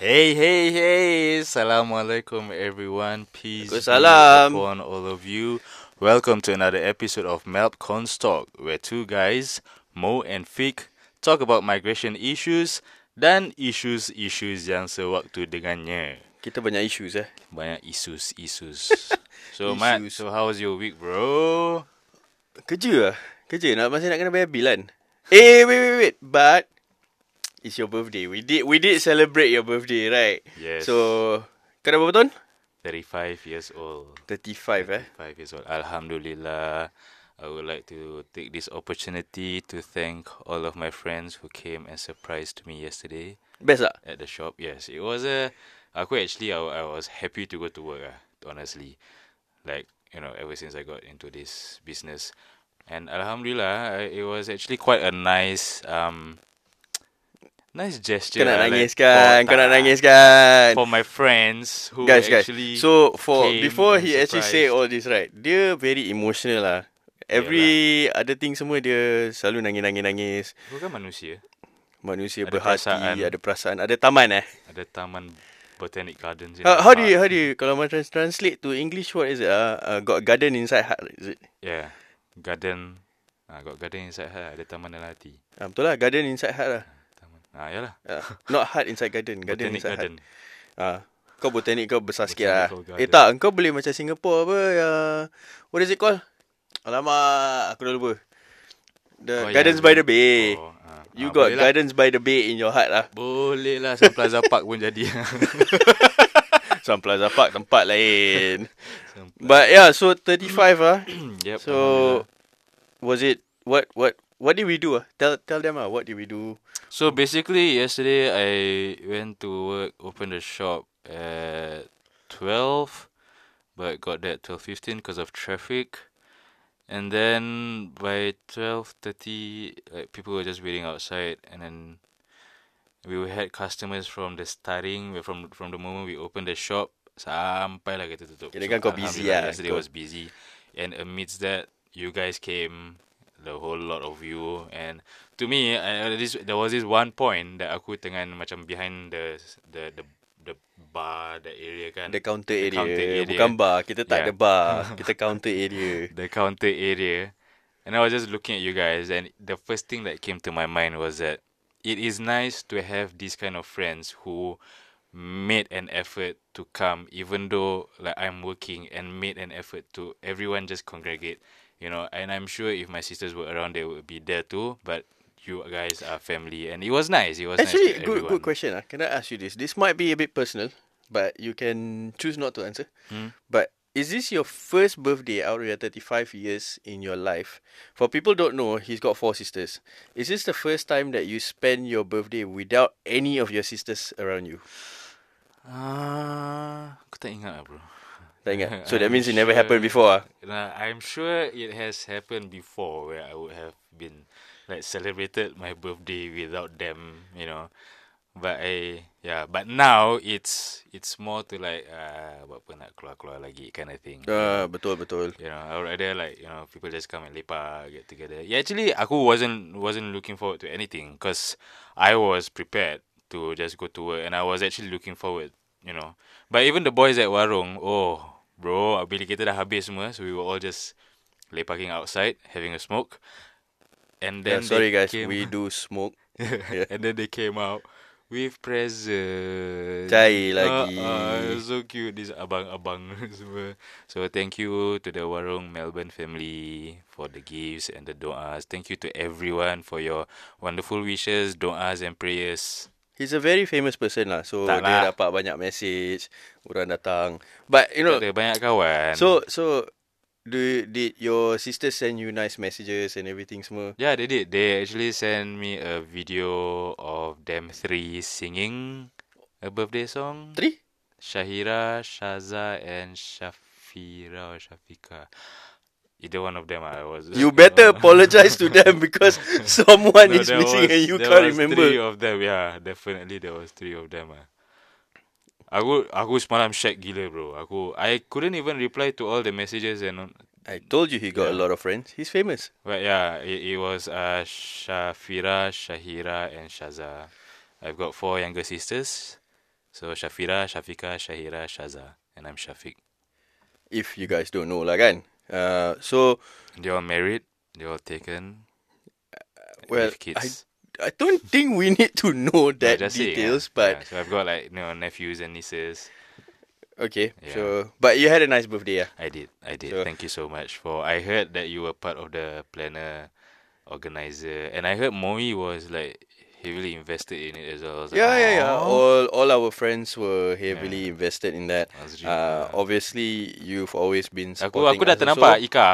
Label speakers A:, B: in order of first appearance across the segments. A: Hey, hey, hey. Assalamu alaikum, everyone. Peace be
B: Waalaikumsalam.
A: upon all of you. Welcome to another episode of Melp Cons Talk, where two guys, Mo and Fik, talk about migration issues dan issues-issues yang sewaktu dengannya.
B: Kita banyak issues eh.
A: Banyak isus-isus. so, Mat,
B: Issues.
A: so how was your week, bro?
B: Kerja lah. Kerja nak masih nak kena bayar bil kan. Eh, wait, wait, wait. But it's your birthday. We did we did celebrate your birthday, right?
A: Yes.
B: So, kau dah berapa tahun?
A: 35 years old.
B: 35 eh.
A: five years old. Alhamdulillah. I would like to take this opportunity to thank all of my friends who came and surprised me yesterday
B: Best tak?
A: at the shop. Yes, it was a. Aku actually, I, wa- I was happy to go to work. Ah, honestly, like you know, ever since I got into this business, and Alhamdulillah, I, it was actually quite a nice um. Nice gesture.
B: Kau
A: ah,
B: nak nangis
A: like, for-
B: kan? Kau nak
A: tak,
B: nangis kan?
A: For my friends who
B: guys, guys.
A: actually
B: So for
A: came
B: before
A: and
B: he actually
A: surprised.
B: say all this, right? Dia very emotional lah. Every other thing semua dia selalu nangis-nangis-nangis.
A: bukan manusia.
B: Manusia
A: Ada
B: berhati,
A: perasaan.
B: ada perasaan, ada taman eh.
A: Ada taman botanic Ah, gardens. in
B: How,
A: the
B: how do you
A: park.
B: how do you kalau macam translate to English what is it? Uh, uh, got garden inside heart is it?
A: Yeah, garden. Ah, got garden inside her. Ada taman dalam hati.
B: Uh, betul lah garden inside heart lah.
A: Taman. Ah, yalah.
B: Uh, not heart inside garden, garden
A: Botanic
B: inside
A: garden.
B: heart. Ah. Kau botanik kau besar sikit lah.
A: Botanical
B: Eh
A: garden.
B: tak, kau boleh macam Singapore apa uh, what is it called? Alamak, aku dah lupa. The
A: Oh,
B: Gardens
A: yeah.
B: by the Bay.
A: Oh, ah.
B: Eh, You
A: Ah,
B: got
A: boleh
B: Gardens by the Bay in your heart lah.
A: Lah. Boleh lah. Sun Plaza Park pun jadi.
B: Sun Plaza Park tempat lain. But yeah, so 35 ah.
A: yep,
B: So was it what what what did we do? ah? Tell tell them ah what did we do?
A: So basically, yesterday I went to work, opened the shop at twelve, but got there at twelve fifteen because of traffic, and then by twelve thirty, like people were just waiting outside, and then we had customers from the starting, from from the moment we opened the shop sampai lah kita tutup.
B: Kira kan kau busy
A: Alhamdulillah,
B: lah,
A: Yesterday
B: kau-
A: was busy, and amidst that, you guys came, the whole lot of you, and to me, I, I- this there was this one point that aku tengah macam behind the the the the bar the area kan
B: The counter area.
A: counter area.
B: Bukan bar, kita tak
A: Yeah.
B: ada bar. Kita counter area.
A: the counter area, and I was just looking at you guys, and the first thing that came to my mind was that it is nice to have these kind of friends who made an effort to come, even though like I'm working, and made an effort to everyone just congregate, you know. And I'm sure if my sisters were around, they would be there too. But you guys are family, and it was nice. It was
B: Actually,
A: nice to
B: good
A: everyone.
B: good question. Ah, can I ask you this? This might be a bit personal, but you can choose not to answer.
A: Hmm.
B: But is this your first birthday out of your 35 years in your life? For people don't know, he's got four sisters. Is this the first time that you spend your birthday without any of your sisters around you?
A: Ah, aku tak ingat lah, bro.
B: Tak ingat. So that
A: I'm
B: means it never
A: sure-
B: happened before. ah?
A: Nah, I'm sure it has happened before where I would have been like celebrated my birthday without them, you know. But I yeah, but now it's it's more to like uh buat apa nak keluar-keluar lagi kind of thing.
B: Ah, betul betul.
A: You know, I would rather like you know people just come and lepak get together. Yeah, actually, aku wasn't wasn't looking forward to anything because I was prepared to just go to work and I was actually looking forward, you know. But even the boys at Warung, oh bro, bila kita dah habis semua, so we were all just lepaking outside having a smoke, and
B: Yeah,
A: then
B: sorry
A: they
B: guys,
A: came,
B: we do smoke.
A: and then they came out. With presents.
B: Cair lagi.
A: Uh, uh, so cute this abang-abang semua. So thank you to the Warung Melbourne family for the gifts and the doas. Thank you to everyone for your wonderful wishes, doas and prayers.
B: He's a very famous person lah. So
A: Tak lah.
B: dia dapat banyak message, orang datang. But you know,
A: Ada kan. banyak kawan.
B: so so do did your sister send you nice messages and everything semua?
A: yeah, they did. They actually sent me a video of them three singing a birthday song.
B: Three?
A: Shahira, Shaza, and Shafira or Shafika. Either one of them, I was.
B: You better apologize to them because someone
A: No,
B: is
A: there
B: missing
A: was-
B: and you
A: there
B: can't
A: was Three
B: remember.
A: of them, yeah, definitely there was three of them. Ah. Aku aku semalam shag gila bro. Aku I couldn't even reply to all the messages and
B: I told you he got a
A: Yeah.
B: lot of friends. He's famous.
A: but yeah, it, it was uh Shafira, Shahira and Shaza. I've got four younger sisters. So Shafira, Shafika, Shahira, Shaza, and I'm Shafiq.
B: If you guys don't know lah kan. Uh, so
A: They all married. They all taken.
B: well,
A: with
B: I
A: kids.
B: I don't think we need to know
A: Yeah,
B: that
A: just saying,
B: details,
A: yeah.
B: but
A: Yeah, so I've got like you know nephews and nieces.
B: okay.
A: Yeah.
B: So but you had a nice birthday, yeah.
A: I did, I did.
B: So-
A: Thank you so much for. I heard that you were part of the planner, organizer, and I heard Moi was like heavily invested in it as well. I was like, "Oh."
B: Yeah, yeah, yeah.
A: "Aw."
B: All all our friends were heavily invested in that.
A: Azri, yeah.
B: Uh, obviously, you've always been
A: Aku
B: Oh, supporting
A: aku dah
B: us
A: ternampak
B: also.
A: Ika.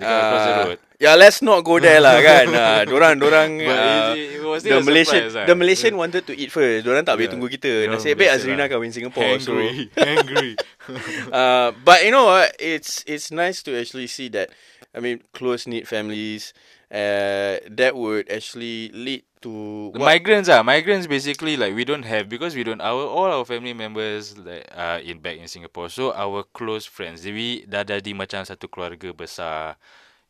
A: Dekat across the
B: Ah,
A: road.
B: Yeah, let's not go there lah kan. Ah, dorang dorang
A: But is
B: ah,
A: it, it was still
B: the
A: a
B: Malaysian
A: surprise, ah.
B: the Malaysian wanted to eat first. Dorang tak boleh
A: Yeah.
B: tunggu kita.
A: Dorang
B: Nasib baik
A: biasa
B: Azrina
A: lah.
B: kahwin Singapore. So,
A: Angry, angry.
B: uh, but you know what? It's it's nice to actually see that. I mean, close knit families. Uh, that would actually lead to
A: The
B: what-
A: migrants are migrants basically like we don't have because we don't our all our family members like are in back in Singapore so our close friends we dah jadi macam satu keluarga besar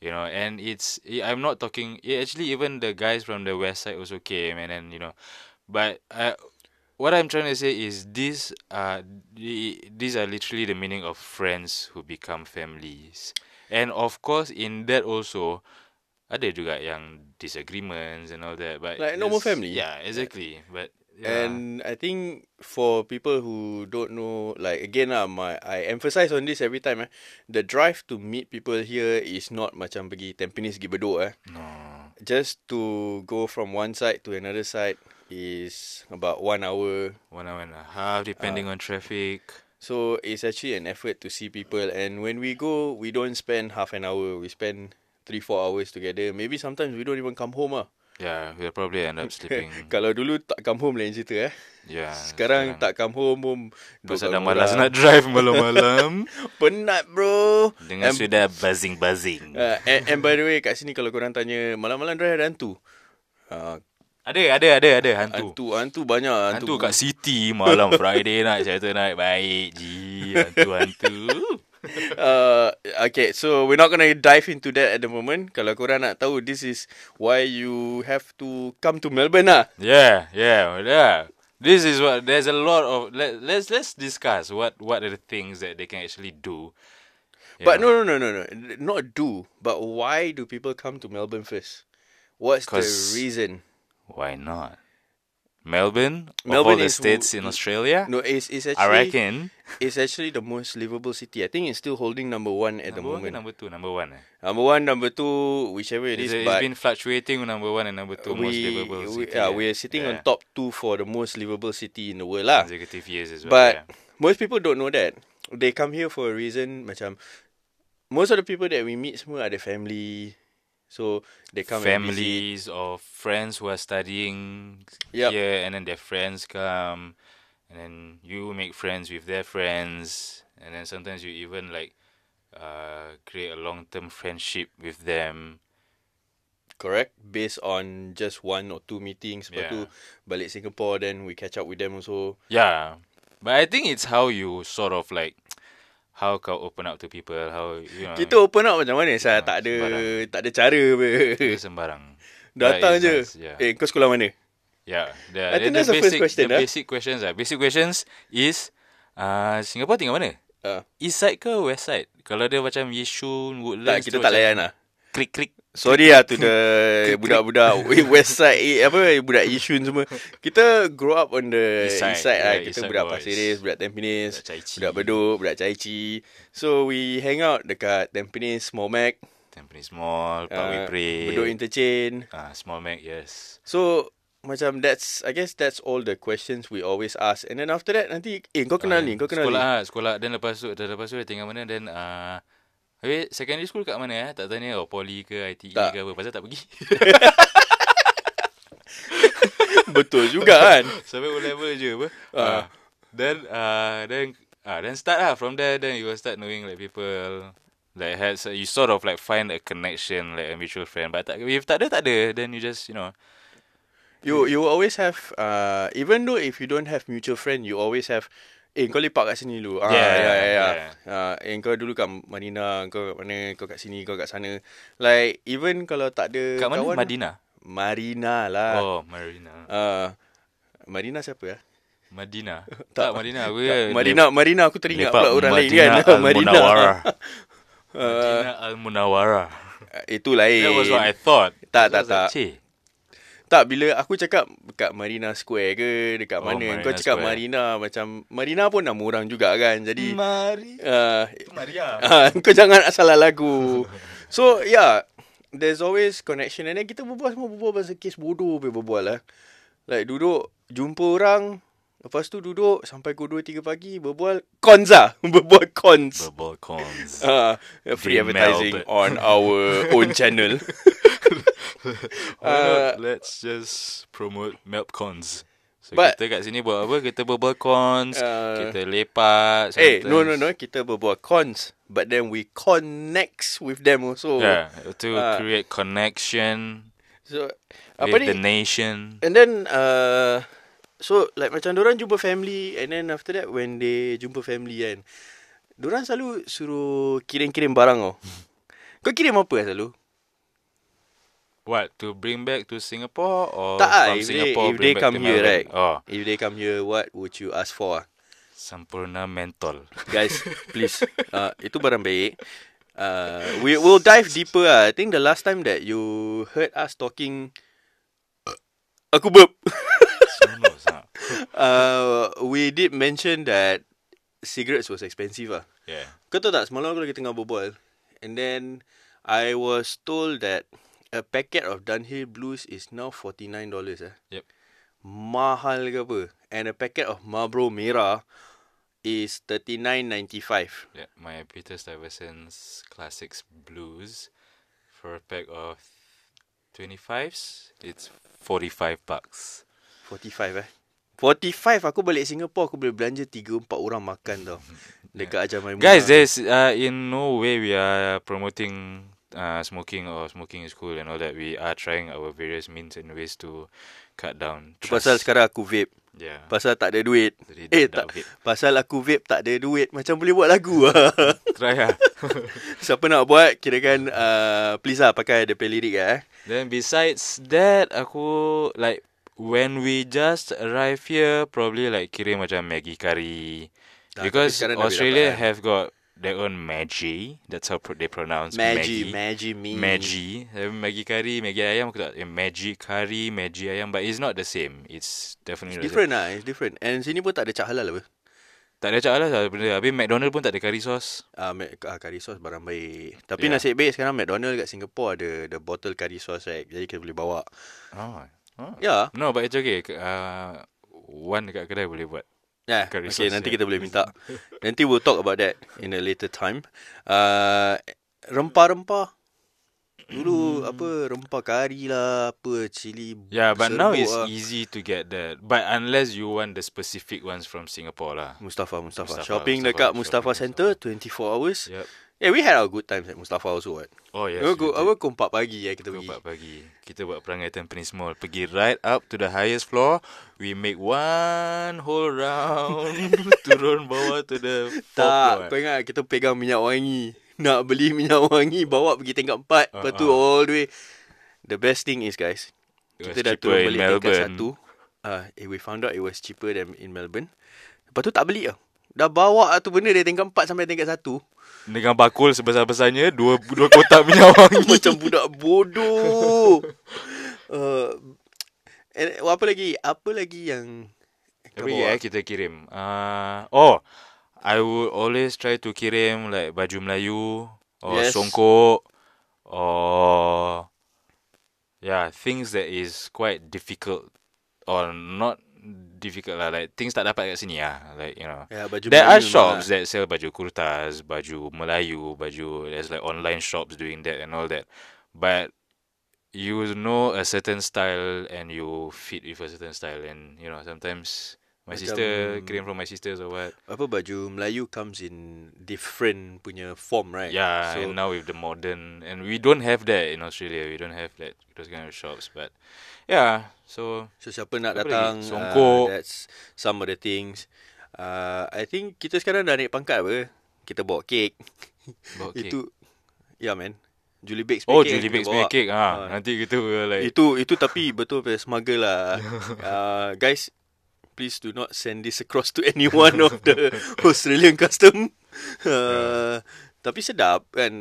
A: you know and it's eh, I'm not talking eh, actually even the guys from the west side also came and then you know but uh, what I'm trying to say is these are the, these are literally the meaning of friends who become families and of course in that also ada juga yang disagreements and all that but
B: Like normal
A: it's-
B: family.
A: yeah exactly but yeah.
B: And I think for people who don't know, like again, lah, my I emphasize on this every time. Eh, the drive to meet people here is not macam pergi Tampines pergi Bedok. Eh.
A: no
B: Just to go from one side to another side is about one hour.
A: one hour and a half depending on
B: Ah.
A: traffic
B: So it's actually an effort to see people. And when we go, we don't spend half an hour. We spend three four hours together. Maybe sometimes we don't even come home. Ah,
A: yeah we'll probably end up sleeping
B: kalau dulu tak come home lain cerita. Eh,
A: yeah
B: sekarang, tak come home home. duduk
A: pasal
B: kat
A: dah
B: rumah
A: malas
B: lah.
A: nak drive malam-malam
B: Penat bro
A: dengan
B: Em-
A: sudah buzzing-buzzing
B: uh, and, and by the way kat sini kalau korang tanya Malam-malam drive ada hantu uh,
A: ada ada ada ada hantu
B: Hantu Hantu banyak
A: Hantu kat city malam Friday night Saturday night baik ji hantu-hantu.
B: uh, Okay so we're not gonna dive into that at the moment Kalau korang nak tahu This is why you have to come to Melbourne lah
A: Yeah, yeah, yeah. This is what there's a lot of let let's let's discuss what what are the things that they can actually do. You
B: But
A: know,
B: no no no no no Not do But why do people come to Melbourne first? What's the
A: 'Cause-
B: reason?
A: why not? Melbourne, Melbourne
B: Melbourne
A: of all the
B: is who-
A: states in Australia,
B: No, it's, it's
A: I
B: actually
A: reckon
B: it's actually the most livable city. I think it's still holding number one at the
A: number one, ke
B: moment.
A: number two, number one. Eh?
B: Number one, number two, whichever it
A: It's,
B: is,
A: it's
B: but
A: been fluctuating with number one and number two most livable
B: we,
A: city.
B: yeah,
A: eh?
B: we're sitting
A: Yeah.
B: on top two for the most livable city in the world lah.
A: consecutive years as well.
B: But
A: yeah.
B: most people don't know that. They come here for a reason macam most of the people that we meet semua ada family. So they come and visit.
A: families or friends who are studying
B: Yup.
A: here and then their friends come and then you make friends with their friends and then sometimes you even like uh, create a long term friendship with them.
B: correct based on just one or two meetings.
A: Yeah.
B: Lepas tu balik Singapore then we catch up with them also.
A: Yeah. But I think it's how you sort of like how kau open up to people, how you know
B: Kita open up macam mana saya tak ada
A: Hmm. Ah, sembarang.
B: tak ada cara apa.
A: kita sembarang.
B: Datang
A: But it's
B: je.
A: nice, yeah.
B: Eh kau sekolah mana?
A: Yeah, the,
B: I think
A: the,
B: that's the first
A: basic,
B: question,
A: The
B: ah.
A: basic questions are basic questions is uh, Singapore tinggal mana?
B: Ah.
A: East side ke west side? Kalau dia macam Yishun,
B: Tak
A: Woodlands tu
B: kita tak
A: macam
B: layan lah.
A: Krik krik.
B: Sorry lah to the budak-budak West side eh, apa budak Yishun semua. Kita grow up on the
A: East
B: east
A: side,
B: side, lah.
A: yeah,
B: Kita
A: east side
B: budak
A: boys.
B: Pasir Ris, budak Tampines,
A: Budak Chai Chee.
B: budak Bedok, budak Chai Chee. So we hang out dekat Tampines, Small Mac,
A: Tampines Mall, Parkway
B: uh,
A: Parade.
B: Bedok Interchange.
A: Ah, Small Mac, yes.
B: So macam that's I guess that's all the questions we always ask. And then after that nanti eh kau kenal ni, kau kenal
A: sekolah,
B: ni.
A: ah, sekolah. Then lepas tu, dah lepas tu dia tinggal mana? Then uh, Wait, secondary school kat mana eh? Tak tanya oh, poly ke ITE
B: Tak.
A: ke apa Pasal tak pergi
B: Betul juga kan.
A: Sampai O-level je apa
B: Ah.
A: Ah. Then uh, Then uh, Then start lah From there Then you will start knowing Like people Like has You sort of like Find a connection Like a mutual friend But tak, if tak ada tak ada Then you just you know
B: You you always have uh even though if you don't have mutual friend, you always have Eh kau lepak kat sini dulu. Ah
A: Yeah,
B: yeah, ya ya ya.
A: yeah.
B: Ah eh kau dulu kat Madinah, kau kat mana, kau kat sini, kau kat sana. Like even kalau tak ada
A: Kat mana?
B: kawan
A: Madinah
B: Marina lah. Oh.
A: Oh Marina
B: Uh, Marina siapa ya?
A: Madinah. tak Madinah. Aku ya,
B: Marina Marina aku
A: lepak
B: teringat pula orang lain
A: Madinah
B: kan.
A: Al
B: Marina.
A: Munawwarah.
B: Uh,
A: Madinah Al Munawara.
B: itu lain.
A: That was what I thought. So
B: Tak,
A: I
B: tak,
A: was like,
B: tak.
A: "Cik,
B: Tak bila aku cakap dekat Marina Square ke dekat
A: Oh,
B: mana
A: Marina
B: kau cakap
A: Square.
B: Marina macam Marina pun nama orang juga kan. Jadi
A: Mari.
B: uh,
A: Maria.
B: Ah, kau jangan asal lah lagu. So, yeah. There's always connection. And then kita berbual semua berbual pasal kes bodoh pun berbual lah. Like duduk, jumpa orang. Lepas tu duduk sampai pukul 2-3 pagi berbual cons lah. berbual cons.
A: Verbal cons.
B: Ah, free
A: They
B: advertising
A: melted.
B: on our own channel.
A: Why
B: Uh,
A: not let's just promote milk cons. So
B: But-
A: kita kat sini buat apa? Kita berbal cons,
B: Uh,
A: kita lepak.
B: eh, no, no,
A: sometimes.
B: no. Kita berbual cons. But then we connects with them also.
A: Yeah, to
B: Uh,
A: create connection
B: So, apa
A: with
B: ni?
A: the nation.
B: And then uh, So like macam Diorang jumpa family And then after that When they jumpa family kan Diorang selalu Suruh kirim-kirim barang tau Kau kirim apa lah selalu?
A: What to bring back to Singapore or
B: Tak ah,
A: from
B: if they-
A: Singapore
B: if
A: bring
B: they
A: back
B: come
A: to
B: here,
A: Melbourne?
B: right?
A: Oh,
B: If they come here What would you ask for ah?
A: sempurna mentol.
B: Guys Please uh, Itu barang baik uh, We will dive deeper ah. I think the last time That you heard us talking Aku burp
A: Seronok sangat.
B: uh, We did mention that Cigarettes was expensive ah.
A: Yeah.
B: Kau tahu tak semalam aku lagi tengah berbual And then I was told that A packet of Dunhill Blues is now $49 eh.
A: Yep.
B: Mahal ke apa And a packet of Marlboro Merah Is $39.95
A: Yeah, my Peter Stuyvesant's classics blues for a pack of 25s, it's 45 bucks.
B: 45 eh 45 aku balik Singapore Aku boleh belanja 3-4 orang makan tau Dekat Ajar Maimunah
A: Guys, there's uh, in no way we are promoting uh, smoking or smoking is cool and all that. We are trying our various means and ways to cut down.
B: Itu Pasal
A: Trust-
B: sekarang aku vape
A: yeah.
B: Pasal tak ada duit
A: Jadi
B: Eh
A: dah- dah
B: tak
A: vape.
B: Pasal aku vape tak ada duit Macam boleh buat lagu lah
A: Try lah.
B: Siapa nak buat Kirakan uh, Please lah pakai Dia play lirik lah eh
A: Then besides that, aku like when we just arrive here, probably like kirim macam Maggi curry,
B: Tak,
A: because
B: tapi sekarang dah boleh
A: Australia
B: dapat, kan?
A: have got their own Maggi. That's how pro- they pronounce
B: Maggi
A: Maggi.
B: Maggi me
A: Maggi, Eh, Maggi curry, Maggi ayam aku tak. eh, Maggi curry, Maggi ayam, but it's not the same. It's definitely
B: It's
A: not the
B: different lah It's different And sini pun tak ada cak halal apa
A: same. Tak ada cak lah tak ada benda. Habis McDonald pun tak ada curry sauce.
B: Ah, Mac, ah, curry sauce barang baik Tapi yeah.
A: Yeah.
B: nasib baik sekarang McDonald kat Singapore Ada the bottle curry sauce right Jadi kita boleh bawa
A: Oh. oh.
B: Ya
A: No, but it's okay. Ke- Uh, one dekat kedai boleh buat.
B: yeah. yeah.
A: Curry
B: Eh, Okay
A: sauce,
B: nanti
A: yeah.
B: kita boleh minta Nanti we'll talk about that In a later time uh, Rempah-rempah Dulu apa Rempah kari lah Apa Cili
A: Hmm. Yeah, but now
B: serbuk
A: it's
B: lah.
A: easy to get that. But unless you want the specific ones from Singapore lah.
B: Mustafa, Mustafa.
A: Mustafa,
B: shopping
A: Mustafa,
B: dekat
A: shopping
B: Mustafa
A: Mustafa.
B: Centre 24 hours.
A: Yep.
B: Yeah, we had our good times at Mustafa also what.
A: Oh yes.
B: Yes, aku aku pukul 4 pagi ya kita
A: Pukul
B: pergi.
A: empat pagi. Kita buat perangai Tampines Mall. Pergi right up to the highest floor. We make one whole round. turun bawah to the fourth
B: Tak, kau
A: floor.
B: ingat kita pegang minyak wangi. Nak beli minyak wangi bawa pergi tingkat 4, uh, lepas tu
A: Ah, ah.
B: all the way. The best thing is guys,
A: It was
B: kita dah
A: cheaper
B: turun
A: in
B: beli
A: Melbourne.
B: tingkat 1. Uh, eh, we found out it was cheaper than in Melbourne. Lepas tu tak beli lah. Dah bawa lah tu benda dari tingkat 4 sampai tingkat 1.
A: Dengan bakul sebesar-besarnya dua dua kotak minyak wangi.
B: Macam budak bodoh. Uh, and, apa lagi? Apa lagi yang kau
A: Tapi
B: bawa?
A: ya kita kirim. Uh, oh, I would always try to kirim like baju Melayu or
B: Yes.
A: songkok or yeah things that is quite difficult or not difficult lah like things tak dapat kat sini lah like you know.
B: Ya, baju
A: There
B: Melayu
A: are
B: memang
A: shops
B: lah.
A: that sell baju kurtas, baju Melayu, baju there's like online shops doing that and all that. But you know a certain style and you fit with a certain style and you know sometimes my
B: Macam-
A: sister came from my sisters or what.
B: eh, Apa baju Melayu comes in different punya form, right?
A: Yeah,
B: eh, So,
A: Ya, and now with the modern and we don't have that in Australia. We don't have that those kind of shops. But yeah, so
B: so siapa
A: apa
B: nak
A: lagi?
B: datang?
A: Songkok.
B: Uh, that's some of the things. Uh, I think kita sekarang dah naik pangkat apa? Kita bawa kek.
A: bawa cake.
B: Okay. Itu, yeah man. Julie Bakes
A: oh
B: punya kek
A: Julie
B: kita
A: bakes
B: bawa.
A: punya cake
B: Ah.
A: ah. Nanti kita will like
B: Itu itu tapi betul punya smuggle lah. uh, guys, please do not send this across to anyone of the Australian custom. Uh, Tapi sedap kan.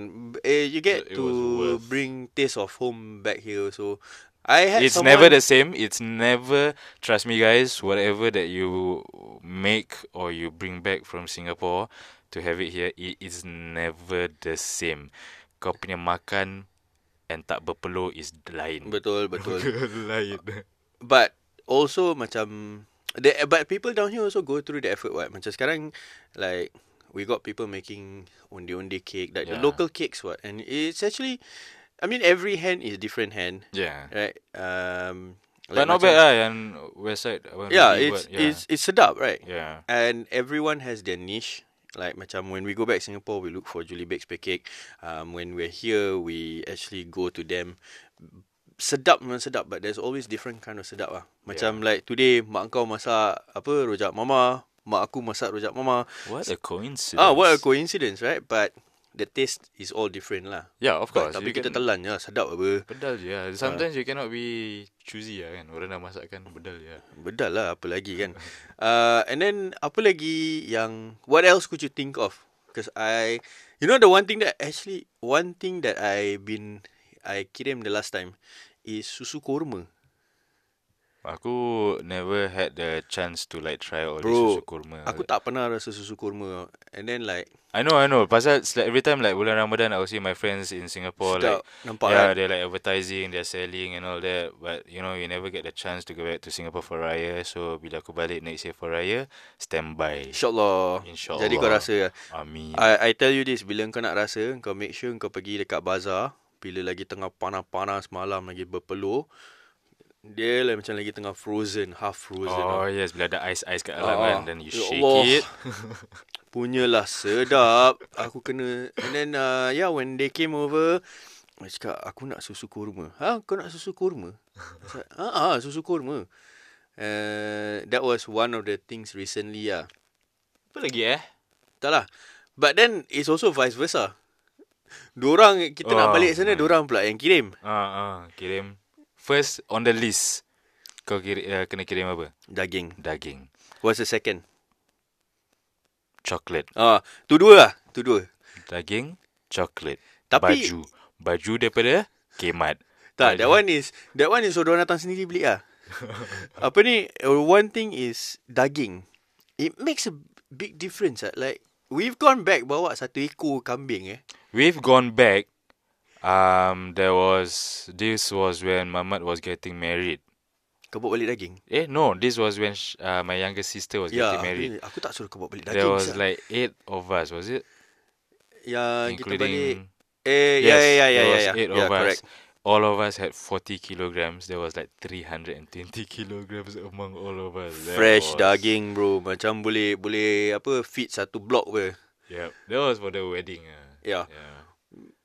B: Eh, you get
A: It- it
B: to
A: was worth-
B: bring taste of home back here. So I had
A: It's
B: someone,
A: never the same. It's never trust me guys, whatever that you make or you bring back from Singapore to have it here, it is never the same. Kau punya makan and tak berpeluh is lain.
B: Betul betul.
A: lain.
B: But also macam the but people down here also go through the effort what. Macam sekarang like we got people making undi-undi cake, like the
A: Yeah.
B: local cakes what. And it's actually I mean every hand is different hand,
A: Yeah.
B: right? Um
A: But
B: like
A: not
B: macam-
A: bad lah yang west side. abang
B: Yeah,
A: Rudy
B: it's
A: buat, yeah.
B: it's it's sedap, right?
A: yeah.
B: And everyone has their niche. Like macam when we go back Singapore, we look for Julie Bakes Bake Cake. Um, when we're here, we actually go to them. Sedap memang sedap but there's always different kind of sedap lah. Macam like today mak kau masak apa rojak mama, mak aku masak rojak mama.
A: What a coincidence.
B: Ah, what a coincidence, right? But the taste is all different lah.
A: Yeah, of course.
B: But, tapi
A: you
B: kita Ah.
A: can-
B: telan je lah, sedap apa.
A: Bedal je lah. Sometimes you cannot be choosy lah kan. Orang dah masak kan bedal je lah.
B: Bedal lah apa lagi kan uh, And then apa lagi yang What else could you think of? Because I You know the one thing that actually One thing that I been I kirim the last time Is susu korma
A: Aku never had the chance to like try all
B: Bro,
A: this susu kurma.
B: Aku tak pernah rasa susu korma And then like
A: I know, I know. Pasal it's like every time like bulan Ramadan, I will see my friends in Singapore like
B: Sedap
A: ya,
B: Nampak
A: yeah,
B: kan
A: they're like advertising, they're selling and all that. But you know, you never get the chance to go back to Singapore for Raya. So bila aku balik next year for Raya, stand by.
B: InsyaAllah
A: InsyaAllah. Ya.
B: Jadi kau rasa ya.
A: Amin.
B: I, I tell you this Bila kau nak rasa Kau make sure kau pergi dekat bazar Bila lagi tengah panas-panas Malam lagi berpeluh Dia lah macam lagi tengah frozen Half frozen lah.
A: Oh yes, bila ada ice-ice kat dalam kan,
B: Ah,
A: then you
B: ya
A: shake
B: Allah.
A: it.
B: Punyalah sedap Aku kena And then uh, Yeah when they came over Dia cakap Aku nak susu kurma Ha kau nak susu kurma Ha ah, susu kurma uh, That was one of the things recently lah
A: Apa lagi eh?
B: Tak lah But then It's also vice versa Diorang Kita nak
A: Oh,
B: balik sana
A: hmm.
B: Diorang pula yang kirim
A: Ah, ah, kirim. First on the list. Kau kiri, uh, kena kirim apa?
B: Daging
A: Daging,
B: What's the second?
A: coklat,
B: Ah, tu dua lah Tu dua
A: daging, coklat.
B: Tapi-
A: baju, baju daripada Kemat.
B: Tak,
A: Baju.
B: that one is that one is orang datang sendiri beli ah. Apa ni? uh, One thing is daging. It makes a big difference. ah. Like we've gone back bawa satu ekor kambing eh.
A: We've gone back. Um, there was this was when Mamat was getting married.
B: Kau bawa balik daging.
A: Eh, no, this was when sh- uh, my younger sister was
B: Ya,
A: getting married.
B: aku, aku tak suruh kau bawa balik daging.
A: There was
B: sial.
A: like eight of us, was it?
B: ya kita balik.
A: Including
B: Eh, ya
A: yes,
B: ya ya
A: there
B: ya
A: was
B: ya.
A: eight
B: Ya,
A: of us.
B: correct.
A: All of us had 40 kilograms. There was like 320 kilograms among all of us. That
B: Fresh
A: was-
B: daging bro, macam boleh boleh apa fit satu blok je.
A: Yep. That was for the wedding. Uh.
B: Ya.
A: Yeah.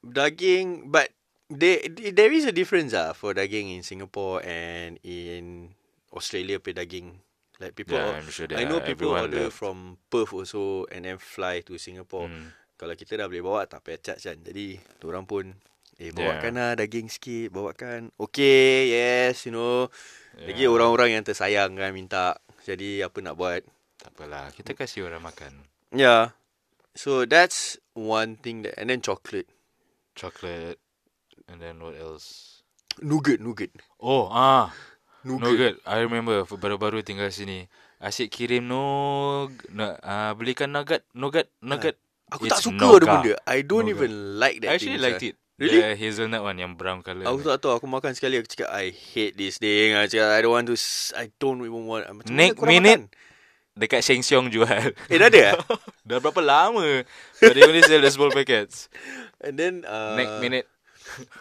B: daging but there there is a difference ah for daging in Singapore and in Australia pay daging like people
A: Yeah,
B: or-
A: I'm sure
B: I
A: that
B: know people
A: everyone
B: order
A: love-
B: from Perth also and then fly to Singapore
A: Mm.
B: kalau kita dah boleh bawa tak payah charge kan jadi orang pun eh bawakan lah daging sikit bawakan okay yes you know lagi
A: Yeah.
B: orang-orang yang tersayang kan minta jadi apa nak buat
A: Tak apalah, kita kasih orang makan.
B: yeah so that's one thing that and then chocolate
A: Chocolate and then what else?
B: nougat nougat
A: Oh, ah, nougat. I remember f- baru-baru tinggal sini. Asyik kirim no na, uh, belikan nugget, nugget, nugget.
B: Ah, Aku
A: It's
B: tak suka
A: nougat.
B: ada benda. I don't
A: Nougat.
B: even like that
A: I actually
B: thing. uh,
A: liked it.
B: Really?
A: The hazelnut one yang brown colour.
B: Aku tak tahu aku makan sekali aku cakap I hate this thing. Aku cakap I don't want to s- I don't even want. Macam mana
A: Next
B: korang
A: minute.
B: makan?
A: Dekat Sheng Siong jual.
B: Eh dah ada eh?
A: Dah berapa lama? But they only sell the small packets.
B: And then uh,
A: Next minute.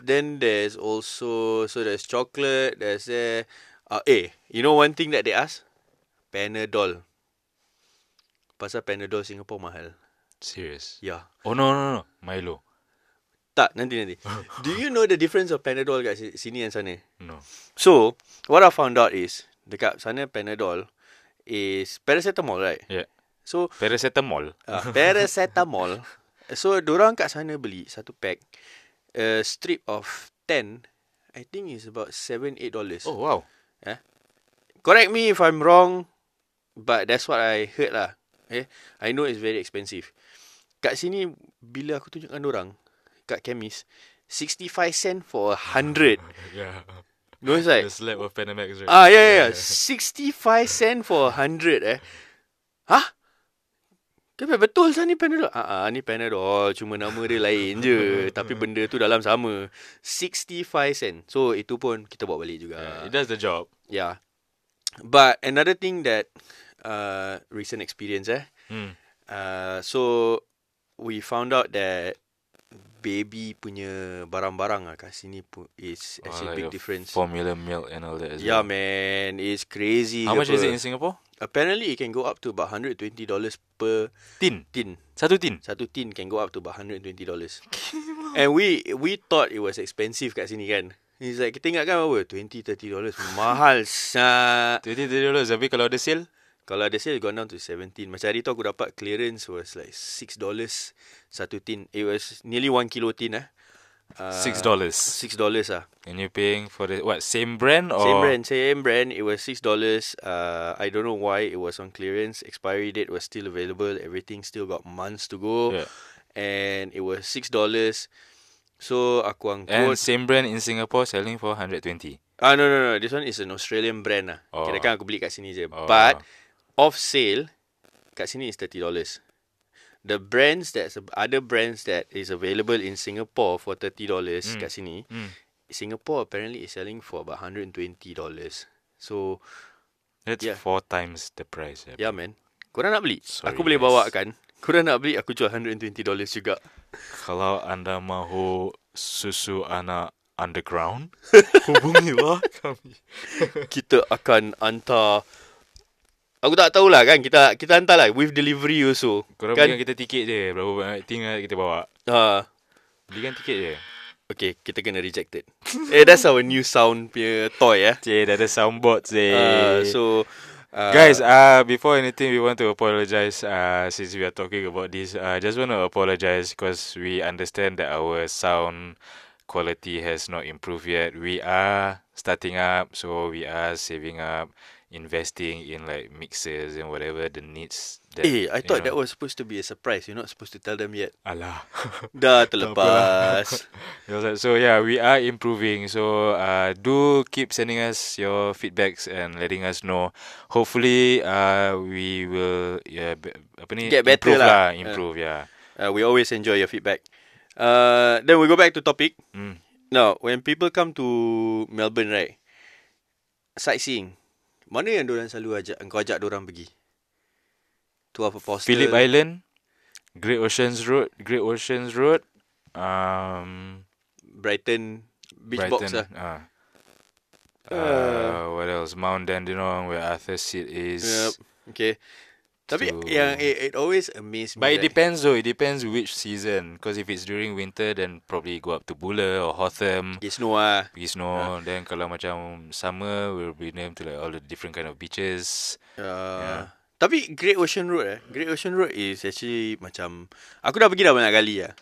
B: Then there's also so there's chocolate, there's uh, uh eh, you know one thing that they ask? Panadol. Pasal Panadol Singapore mahal.
A: Serious.
B: Ya. Yeah.
A: Oh no no no. Milo.
B: Tak, nanti nanti. Do you know the difference of Panadol kat si- sini and sana?
A: No.
B: So, what I found out is dekat sana Panadol is paracetamol, right?
A: Yeah.
B: So,
A: Paracetamol.
B: uh, paracetamol. so, dorang kat sana beli satu pack a strip of 10 I think is about 7 8 dollars.
A: Oh wow.
B: Correct me if I'm wrong. But that's what I heard lah. Okay? I know it's very expensive. Kat sini, bila aku tunjukkan orang kat chemist, 65 cent for a hundred.
A: Yeah.
B: No, it's like,
A: The slab of Panamax, right?
B: Ah, yeah, yeah, yeah. 65 cent for 100 eh. Hah? Tapi betul sah ni Panadol? Ah, ah, ni Panadol. Cuma nama dia lain je. Tapi benda tu dalam sama. 65 cent. So, itu pun kita bawa balik juga.
A: Yeah, It does the job.
B: Yeah. But another thing that uh, recent experience eh.
A: Hmm.
B: Uh, so we found out that baby punya barang-barang lah kat sini pun is
A: Or Ah,
B: actually
A: like
B: big
A: the
B: difference.
A: Formula milk and all that as
B: Yeah
A: well.
B: man, it's crazy.
A: How
B: ke
A: much is
B: apa.
A: it in Singapore?
B: Apparently it can go up to about $120 per
A: Tin.
B: tin.
A: Satu tin.
B: Satu tin can go up to about $120. And we we thought it was expensive kat sini kan. It's like kita ingat kan apa 20 30 mahal sah.
A: $23. Tapi kalau ada sale,
B: Kalau ada sale, it gone down to 17. Macam hari tu aku dapat clearance was like $6 satu tin. It was nearly 1 kilo tin eh. Uh,
A: $6.
B: $6 lah.
A: And you're paying for the, what, same brand or?
B: Same brand, same brand. It was $6. Uh, I don't know why it was on clearance. Expiry date was still available. Everything still got months to go.
A: Yeah.
B: And it was $6. So, aku
A: And
B: angkut.
A: same brand in Singapore selling for 120.
B: Ah, no, no, no. This one is an Australian brand lah.
A: Oh.
B: Kirakan aku beli kat sini je.
A: Oh.
B: But, off sale kat sini is $30. The brands that's other brands that is available in Singapore for $30
A: Mm.
B: kat sini.
A: Mm.
B: Singapore apparently is selling for about $120. So,
A: That's
B: Yeah.
A: four times the price. Yeah.
B: yeah Ya, man. Korang nak beli?
A: Sorry,
B: aku boleh
A: guys.
B: bawa kan? Korang nak beli, aku jual $120 juga.
A: Kalau anda mahu susu anak underground, hubungilah kami.
B: Kita akan hantar... Aku tak tahulah kan, kita kita hantar lah with delivery also.
A: Korang
B: Kan-
A: belikan kita tiket je. Berapa banyak tinggal kita bawa.
B: Ha.
A: Belikan tiket je.
B: Okay, kita kena rejected. eh, that's our new sound punya toy eh.
A: Cik, dah ada soundboard, cik.
B: Uh, so, uh,
A: Eh. Guys, uh, before anything, we want to apologize. Uh, since we are talking about this, I uh, just want to apologize because we understand that our sound quality has not improved yet. We are starting up, so we are saving up, investing in like mixers and whatever the needs. That,
B: Eh, I thought that was supposed to be a surprise. You're not supposed to tell them yet.
A: Alah. apalah.
B: Dah terlepas.
A: It was like- so yeah, we are improving. So uh, do keep sending us your feedbacks and letting us know. Hopefully, uh, we will yeah, be, apa ni?
B: Get better
A: improve
B: lah.
A: lah. Improve, yeah.
B: uh, we always enjoy your feedback. Uh, then we go back to topic.
A: Mm.
B: Now, when people come to Melbourne, right? Sightseeing. Mana yang diorang selalu ajak, engkau ajak diorang pergi? Tu apa postal?
A: Phillip Island, Great Oceans Road, Great Oceans Road, um,
B: Brighton Beach
A: Brighton.
B: Box lah.
A: ah.
B: Uh.
A: Uh, what else? Mount Dandenong, where Arthur's seat is.
B: Yup. Okay. Tapi
A: So-
B: yang it, it always amazed me.
A: But it
B: like-
A: depends though. It depends which season. Because if it's during winter, then probably go up to Bula or Hotham.
B: Pergi snow lah.
A: Pergi snow. Then kalau macam summer, we'll be named to like all the different kind of beaches.
B: Uh, Tapi Great Ocean Road eh. Great Ocean Road is actually macam aku dah pergi dah banyak kali lah.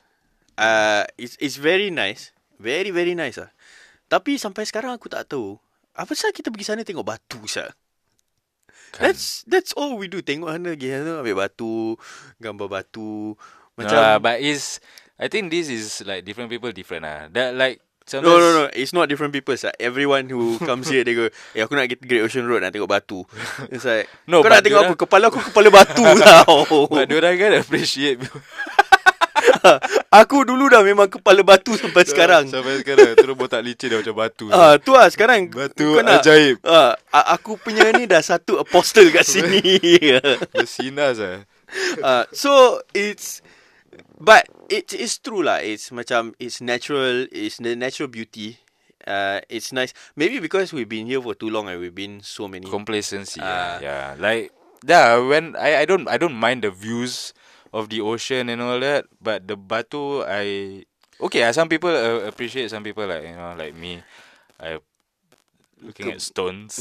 B: Uh, it's it's very nice. Very very nice lah. Tapi sampai sekarang aku tak tahu apa sah kita pergi sana tengok batu sah.
A: Kan?
B: That's that's all we do. Tengok sana pergi sana ambil batu, gambar batu.
A: no, lah,
B: Macam
A: but it's, I think this is like different people different lah. That like
B: no, no,
A: sometimes
B: no, It's not different people. Sah. Everyone who comes here, they go, eh, aku nak pergi Great Ocean Road, nak tengok batu. It's like,
A: No,
B: kau
A: but
B: nak tengok
A: dia
B: apa? Kepala aku kepala batu tau.
A: But diorang kan appreciate
B: Aku dulu dah memang kepala batu sampai sekarang.
A: Sampai sekarang lah, Terus botak licin dah macam batu
B: Ah, tu lah sekarang
A: Batu
B: kau nak-
A: ajaib.
B: Ah, a- aku punya ni dah satu apostle kat sini.
A: Bersinas lah
B: Ah, so it's but it is true lah. It's macam it's natural, it's the natural beauty. Uh, it's nice. Maybe because we've been here for too long and we've been so many.
A: complacency. yeah,
B: Ah.
A: yeah, like yeah. When I, I don't I don't mind the views of the ocean and all that, but the batu I okay. ah, Some people uh, appreciate. Some people like you know like me. I looking at stones.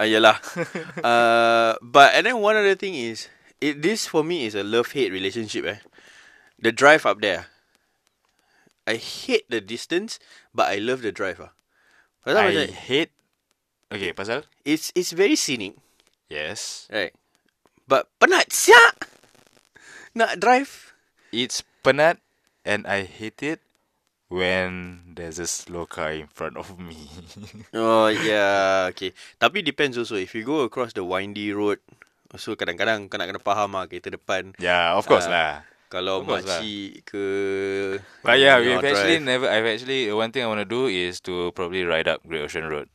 B: Ah, yelah. uh, but and then one other thing is it this for me is a love hate relationship eh. The drive up there. I hate the distance but I love the drive ah. Pasal
A: I
B: macam
A: hate. Okay, pasal
B: it's it's very scenic.
A: Yes.
B: Right. But penat siap. Nak drive.
A: It's penat and I hate it when there's a slow car in front of me.
B: Oh yeah, okay. Tapi depends also. If you go across the windy road, so kadang-kadang kena kena faham lah kereta depan.
A: yeah, of course
B: Ah.
A: lah.
B: Kalau
A: Of course lah.
B: makcik ke...
A: But yeah, we've
B: you know,
A: actually
B: drive.
A: never. I've actually one thing I want to do is to probably ride up Great Ocean Road.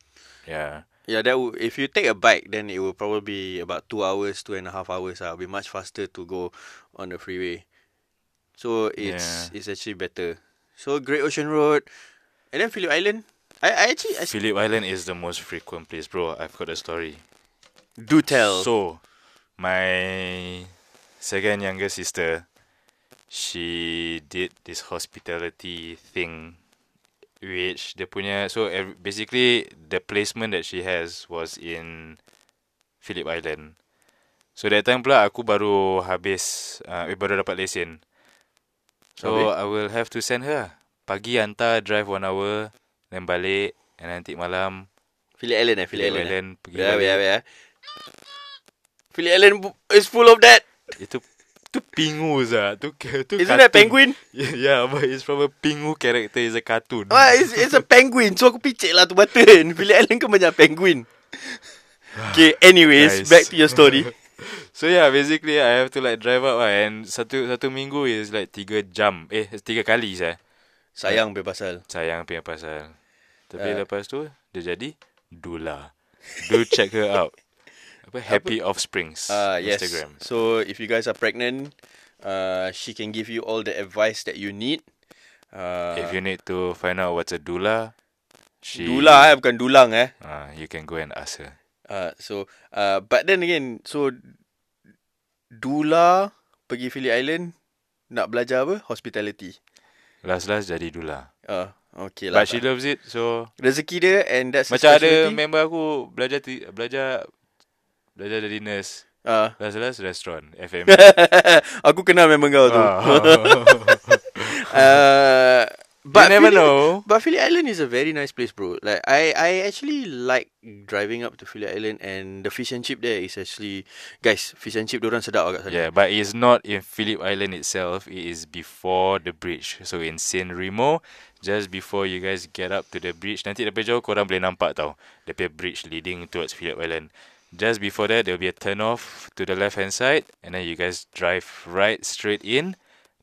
A: Yeah,
B: Yeah, that would, if you take a bike, then it will probably be about two hours, two and a half hours. Ah, be much faster to go on the freeway. So it's it's actually better. So Great Ocean Road, and then Phillip Island. I, I actually I,
A: Phillip Island is the most frequent place, bro. I've got a story.
B: do tell.
A: So, my second younger sister, she did this hospitality thing, which dia punya. So ev- basically, the placement that she has was in Phillip Island. So that time pula aku baru habis, uh, eh, baru dapat lesen. So
B: Habis?
A: I will have to send her. lah. Pagi hantar drive one hour, then balik, and nanti malam
B: Phillip Island, eh, Phillip
A: Phillip
B: Island. eh.
A: Island pergi.
B: Yeah,
A: balik.
B: yeah, yeah. Phillip Island bu- is full of that.
A: Itu tu pingu sah. Tu tu
B: Isn't
A: cartoon.
B: that penguin?
A: Yeah, but it's from a pingu character. It's a cartoon.
B: Ah, it's, it's a penguin. So aku picit lah tu mata kan. Phillip Island kan banyak penguin. Okay,
A: Guys.
B: anyways, back to your story.
A: So yeah, basically I have to like drive up lah, and satu satu minggu is like tiga jam. Eh, tiga kali sah.
B: Sayang bebasal.
A: Sayang punya pasal. Tapi
B: Ah.
A: lepas tu dia jadi Dula. Do check her out. Apa Happy Offsprings
B: Uh, yes.
A: Instagram.
B: So if you guys are pregnant, uh, she can give you all the advice that you need. Uh,
A: If you need to find out what's a Dula, she
B: Dula eh, bukan dulang eh.
A: Ah, you can go and ask her.
B: Uh, so, uh, but then again, so Dula pergi Phillip Island nak belajar apa? Hospitality.
A: Last-last jadi Dula.
B: Uh, okay lah.
A: But she loves it, so
B: Rezeki dia and that's his
A: Macam ada
B: specialty.
A: member aku belajar ti, belajar belajar jadi nurse.
B: Ah.
A: Last-last restaurant FM.
B: Aku kenal memang kau tu.
A: Ah.
B: Uh,
A: you never
B: Phillip-
A: know.
B: But Phillip Island is a very nice place, bro. Like I, I actually like driving up to Phillip Island and the fish and chip there is actually, guys, fish and chip orang sedap agak sana.
A: Yeah, but it's not in Phillip Island itself. It is before the bridge. So in San Remo, just before you guys get up to the bridge, nanti daripada jauh korang boleh nampak tau. The punya bridge leading towards Phillip Island. Just before that, there will be a turn off to the left hand side, and then you guys drive right straight in.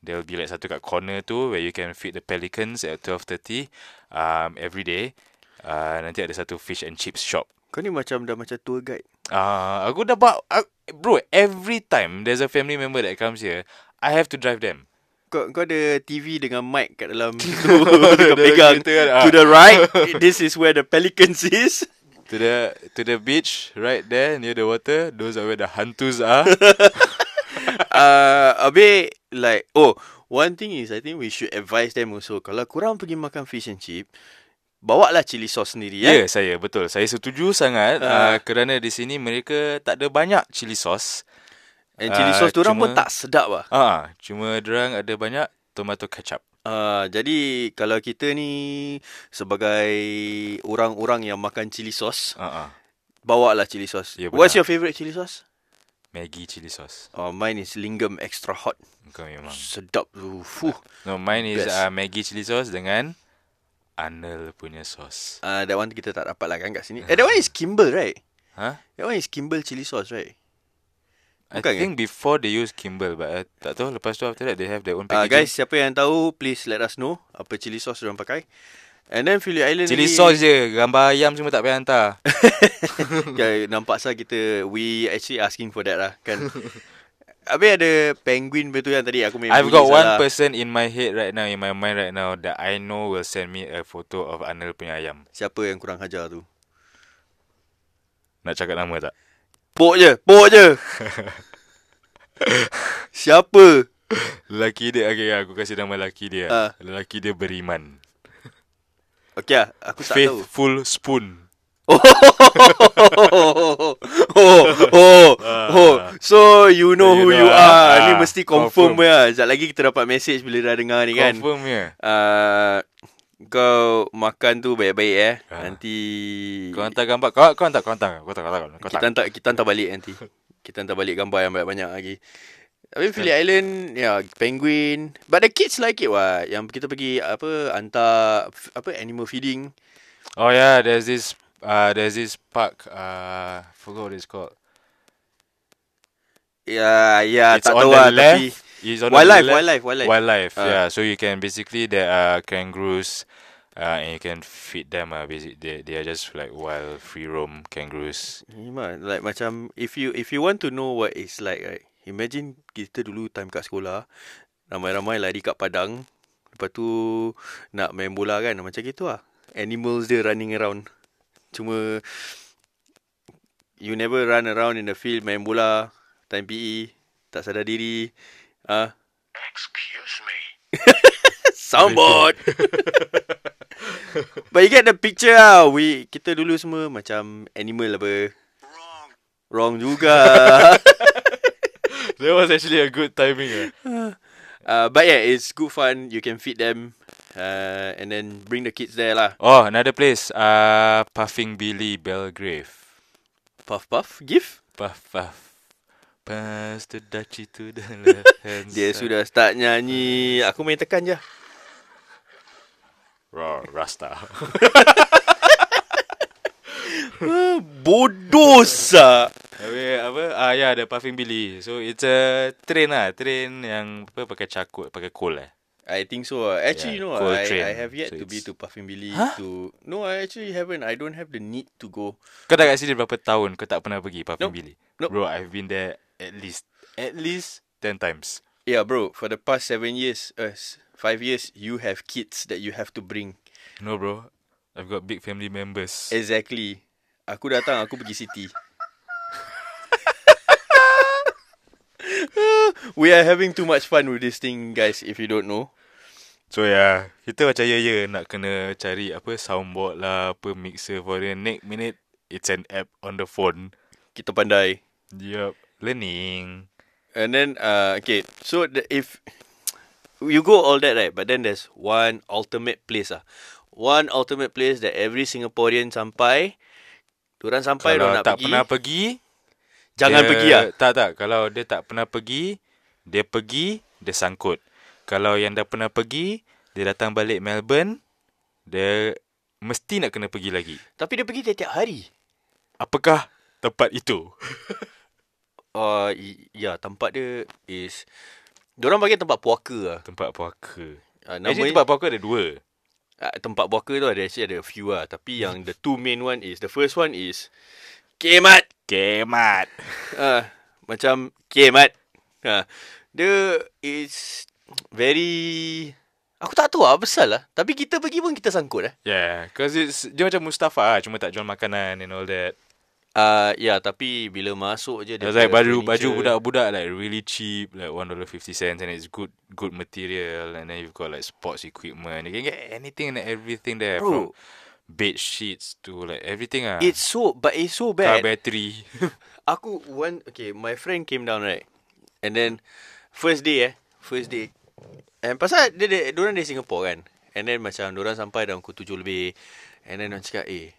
A: There will be like satu kat corner tu where you can feed the pelicans at 12.30 um, every day. Uh, nanti ada satu fish and chips shop.
B: Kau ni macam dah macam tour guide.
A: Ah, aku dah bawa ah, bro every time there's a family member that comes here, I have to drive them.
B: Kau, kau ada TV dengan mic kat dalam tu. kau pegang.
A: Kita kan, ah,
B: To the right, this is where the pelicans is.
A: to the to the beach right there near the water. Those are where the hantus are.
B: Uh, Habis like Oh One thing is I think we should advise them also Kalau kurang pergi makan fish and chip Bawa lah chili sauce sendiri
A: ya, yeah,
B: eh.
A: saya betul. Saya setuju sangat uh,
B: Ah.
A: kerana di sini mereka tak ada banyak chili sauce.
B: And chili
A: Ah,
B: sauce tu orang pun
A: cuma-
B: tak sedap lah
A: Ah, cuma derang ada banyak tomato ketchup.
B: uh, Jadi kalau kita ni Sebagai Orang-orang yang makan chili sauce
A: Ah, ah.
B: Bawa lah chili sauce
A: Ya, benar.
B: What's your favourite chili sauce?
A: Maggi chili sauce.
B: Oh, mine is Lingam Extra Hot
A: Kau memang.
B: Sedap tu Fuh
A: No, mine is
B: Best.
A: uh, Maggi chili sauce dengan Anel punya sauce.
B: uh, That one kita tak dapat lah kan kat sini Eh that one is Kimball right?
A: Huh?
B: That one is Kimball chili sauce right?
A: I
B: Bukan ke?
A: think before they use Kimball but I tak tahu lepas tu after that they have their own
B: Ah uh,
A: packaging.
B: guys, siapa yang tahu please let us know apa chili sauce diorang pakai. And then Phillip Island
A: Cili
B: ni-
A: sauce je, gambar ayam semua tak payah hantar.
B: Ya, nampak sah kita we actually asking for that lah kan. Habis ada penguin betul yang tadi aku main
A: I've
B: bunyi
A: got one
B: salah.
A: person in my head right now, in my mind right now that I know will send me a photo of Anil punya ayam.
B: Siapa yang kurang hajar tu?
A: Nak cakap nama tak?
B: Pok je, pok je. Siapa?
A: Lelaki dia, okay ya, aku kasih nama lelaki dia.
B: Ah.
A: Uh. Lelaki dia beriman.
B: Okey lah, aku tak tahu.
A: Faithful Spoon.
B: Oh, oh, oh, oh. So you know
A: Ah. You
B: who
A: know,
B: you are.
A: ah,
B: Ni mesti confirm,
A: confirm.
B: lah. confirm. ya. Sekejap lagi kita dapat message bila dah dengar ni kan.
A: Confirm ya.
B: Uh, kau makan tu baik-baik eh.
A: Ah.
B: Nanti
A: Kau hantar gambar. Kau kau hantar, kau hantar. Kau hantar, kau hantar. Kau
B: kita
A: hantar.
B: hantar kita hantar balik nanti. Kita hantar balik gambar yang banyak-banyak lagi. Tapi
A: Kan.
B: Phillip Island, ya, penguin. But the kids like it what. Yang kita pergi apa hantar f- apa animal feeding.
A: Oh yeah, there's this uh there's this park uh forgot what it's called.
B: Ya, ya,
A: it's
B: tak
A: on
B: tahu
A: the
B: lah
A: left.
B: tapi
A: It's on the
B: wildlife,
A: left.
B: wildlife, wildlife.
A: wildlife.
B: Ah.
A: yeah, so you can basically there are kangaroos, uh, and you can feed them. Uh, basic they they are just like wild free roam kangaroos.
B: Memang like macam if you if you want to know what it's like right. Imagine kita dulu time kat sekolah ramai-ramai lari kat padang. Lepas tu nak main bola kan macam gitu lah. Animals dia running around. Cuma you never run around in the field main bola time PE tak sadar diri. Ah,
C: Excuse me.
B: soundboard. But you get the picture ah. We kita dulu semua macam animal apa.
C: Wrong.
B: Wrong juga.
A: that was actually a good timing.
B: eh.
A: Uh.
B: Uh, but yeah, it's good fun. You can feed them, uh, and then bring the kids there lah.
A: Oh, another place. Uh, Puffing Billy Belgrave.
B: Puff puff, give.
A: Puff puff. Pass the Dutchie to the left hand side.
B: Dia sudah start nyanyi. Aku main tekan je.
A: Raw Rasta.
B: Bodoh sah.
A: Habis apa? Ah ya, ada Puffing Billy. So it's a train lah, train yang apa pakai cakut, pakai coal eh.
B: I think so. ah. Actually,
A: Yeah,
B: no.
A: cold
B: I,
A: train.
B: I have yet
A: So
B: to be
A: it's-
B: to Puffin Billy.
A: Huh?
B: To no, I actually haven't. I don't have the need to go.
A: Kau dah kat sini berapa tahun kau tak pernah pergi Puffing
B: Nope.
A: Billy?
B: Nope.
A: Bro, I've been there at least at least 10 times.
B: Yeah, bro. For the past seven years, uh, s- five years, you have kids that you have to bring.
A: No bro, I've got big family
B: Eh.
A: members.
B: Exactly. Aku datang, aku pergi city. We are having too much fun with this thing, guys. If you don't know,
A: So yeah, kita macam ya ya nak kena cari apa soundboard lah, apa mixer for the next minute it's an app on the phone.
B: kita pandai.
A: Yup, learning.
B: And then, uh, okay. So the, if you go all that right, but then there's one ultimate place ah, one ultimate place that every Singaporean sampai. Diorang sampai,
A: Kalau
B: diorang nak
A: tak
B: pergi.
A: pernah pergi,
B: jangan
A: dia,
B: pergi ah.
A: Tak tak Kalau dia tak pernah pergi Dia pergi Dia sangkut Kalau yang dah pernah pergi Dia datang balik Melbourne Dia Mesti nak kena pergi lagi
B: Tapi dia pergi tiap-tiap hari.
A: Apakah tempat itu?
B: Uh, y- ya, tempat dia is. Diorang panggil tempat puaka lah.
A: Tempat puaka Nama
B: Uh, nama
A: Actually
B: tempat,
A: tempat puaka ada dua
B: uh, tempat buaka tu ada actually ada a few lah. Tapi yang the two main one is the first one is Kemat.
A: Kemat
B: Uh, macam Kemat. Uh, dia is very Aku tak tahu lah besar lah. Tapi kita pergi pun kita sangkut eh.
A: Yeah Cause it's Dia macam Mustafa lah Cuma tak jual makanan And all that
B: Uh, ya, yeah, tapi bila masuk je
A: Dia like
B: punya
A: baju baju
B: furniture-
A: budak-budak like really cheap like $1.50 and it's good good material and then you've got like sports equipment you can get anything and everything there from
B: Bro,
A: bed sheets to like everything ah.
B: it's so but it's so
A: car
B: bad.
A: battery.
B: Aku one okay, my friend came down right. And then first day eh, first day. And pasal dia dia orang dari Singapore kan. And then macam orang sampai dalam pukul 7 lebih. And then orang cakap, "Eh,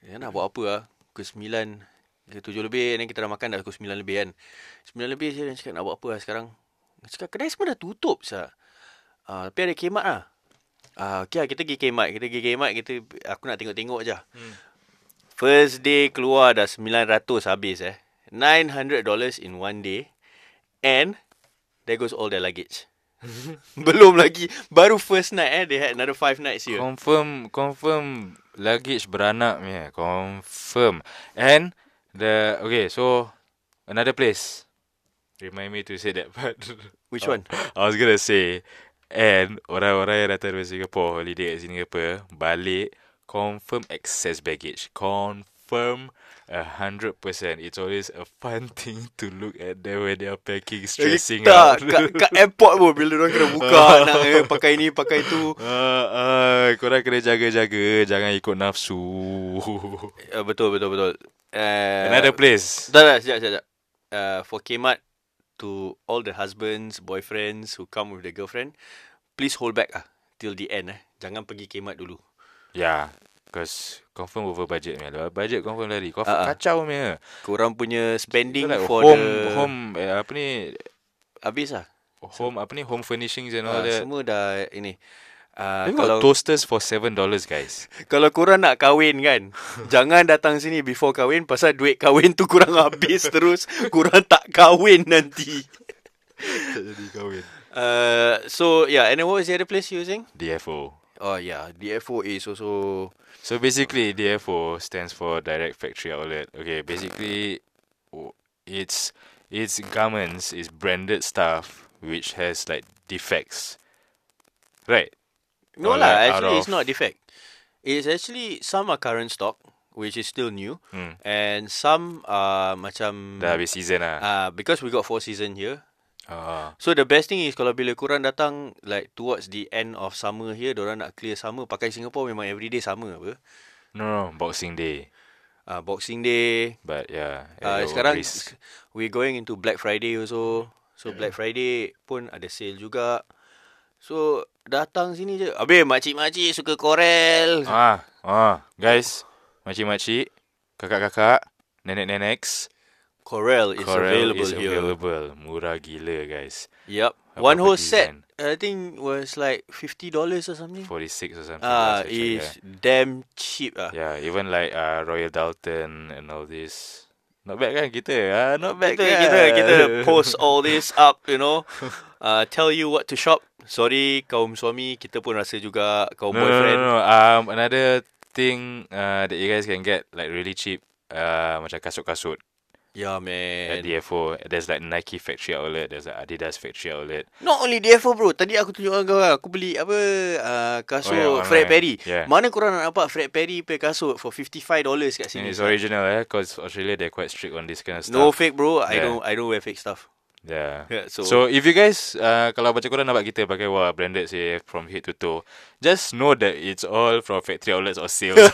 B: dia nak buat apa ah? Pukul 9 ke 7 lebih and then kita dah makan dah pukul 9 lebih kan. 9 lebih je dia cakap nak buat apa lah sekarang. Dia cakap kedai semua dah tutup sah. Ah, tapi ada kemat ah. Ah, okay lah, kita pergi kemat, kita pergi kemat, kita aku nak tengok-tengok je. Hmm. First day keluar dah 900 habis eh. $900 in one day. And there goes all their luggage. Belum lagi Baru first night eh They had another five nights here
A: confirm confirm luggage beranak yeah, confirm. And the okay, so another place. Remind me to say that part.
B: Which one?
A: I was gonna say and orang-orang yang datang dari Singapore holiday kat sini ke apa, balik confirm excess baggage. Confirm a hundred percent. It's always a fun thing to look at them when they are packing, stressing out.
B: Tak, kat, kat airport pun bila orang kena buka nak eh, pakai ni, pakai tu.
A: Uh, uh, korang kena jaga-jaga Jangan ikut nafsu
B: Uh, betul, betul, betul. Uh,
A: Another place
B: Tak, tak, sekejap, sekejap. sekejap. Uh, for Kmart, to all the husbands, boyfriends who come with the girlfriend, please hold back ah till the end eh. Jangan pergi kemat dulu.
A: Yeah, Ya, because confirm over budget punya. Lah. Budget confirm lari. Confirm
B: Ah, ah.
A: kacau punya.
B: Korang punya spending
A: Like
B: for
A: home,
B: the
A: home, eh, apa ni,
B: habis lah.
A: home, apa ni, home furnishings and all
B: Ah,
A: that.
B: semua dah ini. Ah,
A: They've
B: kalau
A: got toasters for $7, guys.
B: kalau korang nak kahwin kan, jangan datang sini before kahwin pasal duit kahwin tu kurang habis terus kurang tak kahwin nanti.
A: Tak jadi kahwin.
B: Uh, so yeah, and then what was the other place you were saying?
A: DFO.
B: Oh yeah, DFO is also
A: So basically, DFO stands for Direct Factory Outlet. Okay, basically, w- it's it's garments, it's branded stuff which has like defects, right? Or
B: no lah.
A: like out
B: actually, it's
A: of-
B: not defect. It's actually some are current stock, which is still new,
A: Hmm.
B: and some are macam
A: Dah habis season lah.
B: uh, because we got four season here.
A: Ah,
B: So the best thing is kalau bila korang datang like towards the end of summer here, orang nak clear summer. Pakai Singapore memang everyday summer apa.
A: no, no, Boxing Day.
B: Uh, Boxing Day.
A: But yeah, at
B: Uh,
A: lower
B: sekarang
A: risk. Hmm.
B: we going into Black Friday also. So Black Friday pun ada sale juga. So datang sini je. Habis makcik-makcik suka korel.
A: ah ah guys, makcik makcik, kakak kakak, nenek neneks,
B: Corel is
A: Corel
B: available
A: is
B: here.
A: available. Murah gila guys,
B: Yep.
A: Apa
B: One whole set.
A: pergi
B: I think was like fifty dollars or something.
A: forty six or something.
B: Ah,
A: last I checked, yeah.
B: is damn cheap ah.
A: Yeah, even like uh, Royal Dalton and all this. Not bad kan kita? Ah, not bad
B: Kita
A: kan?
B: kita kita post all this up, you know. Uh, tell you what to shop. Sorry kaum suami, kita pun rasa juga kaum
A: No, no, no,
B: boyfriend.
A: no. Um, another thing uh, that you guys can get like really cheap uh, macam kasut-kasut
B: Yeah,
A: at
B: Ya, man.
A: DFO. There's like Nike factory outlet. There's like Adidas factory outlet.
B: Not only DFO bro. Tadi aku tunjukkan kau lah. aku beli apa uh, kasut
A: Oh, yeah, online.
B: Fred Perry.
A: Yeah.
B: Mana korang nak dapat Fred Perry punya kasut for $55
A: And
B: kat sini.
A: it's original eh, cause Australia they're quite strict on this kind of stuff.
B: No fake bro. I
A: Yeah.
B: don't I don't wear fake stuff.
A: Yeah.
B: Yeah, so,
A: So, if you guys uh, kalau macam korang nampak kita pakai wah branded sih from head to toe, just know that it's all from factory outlets or sales.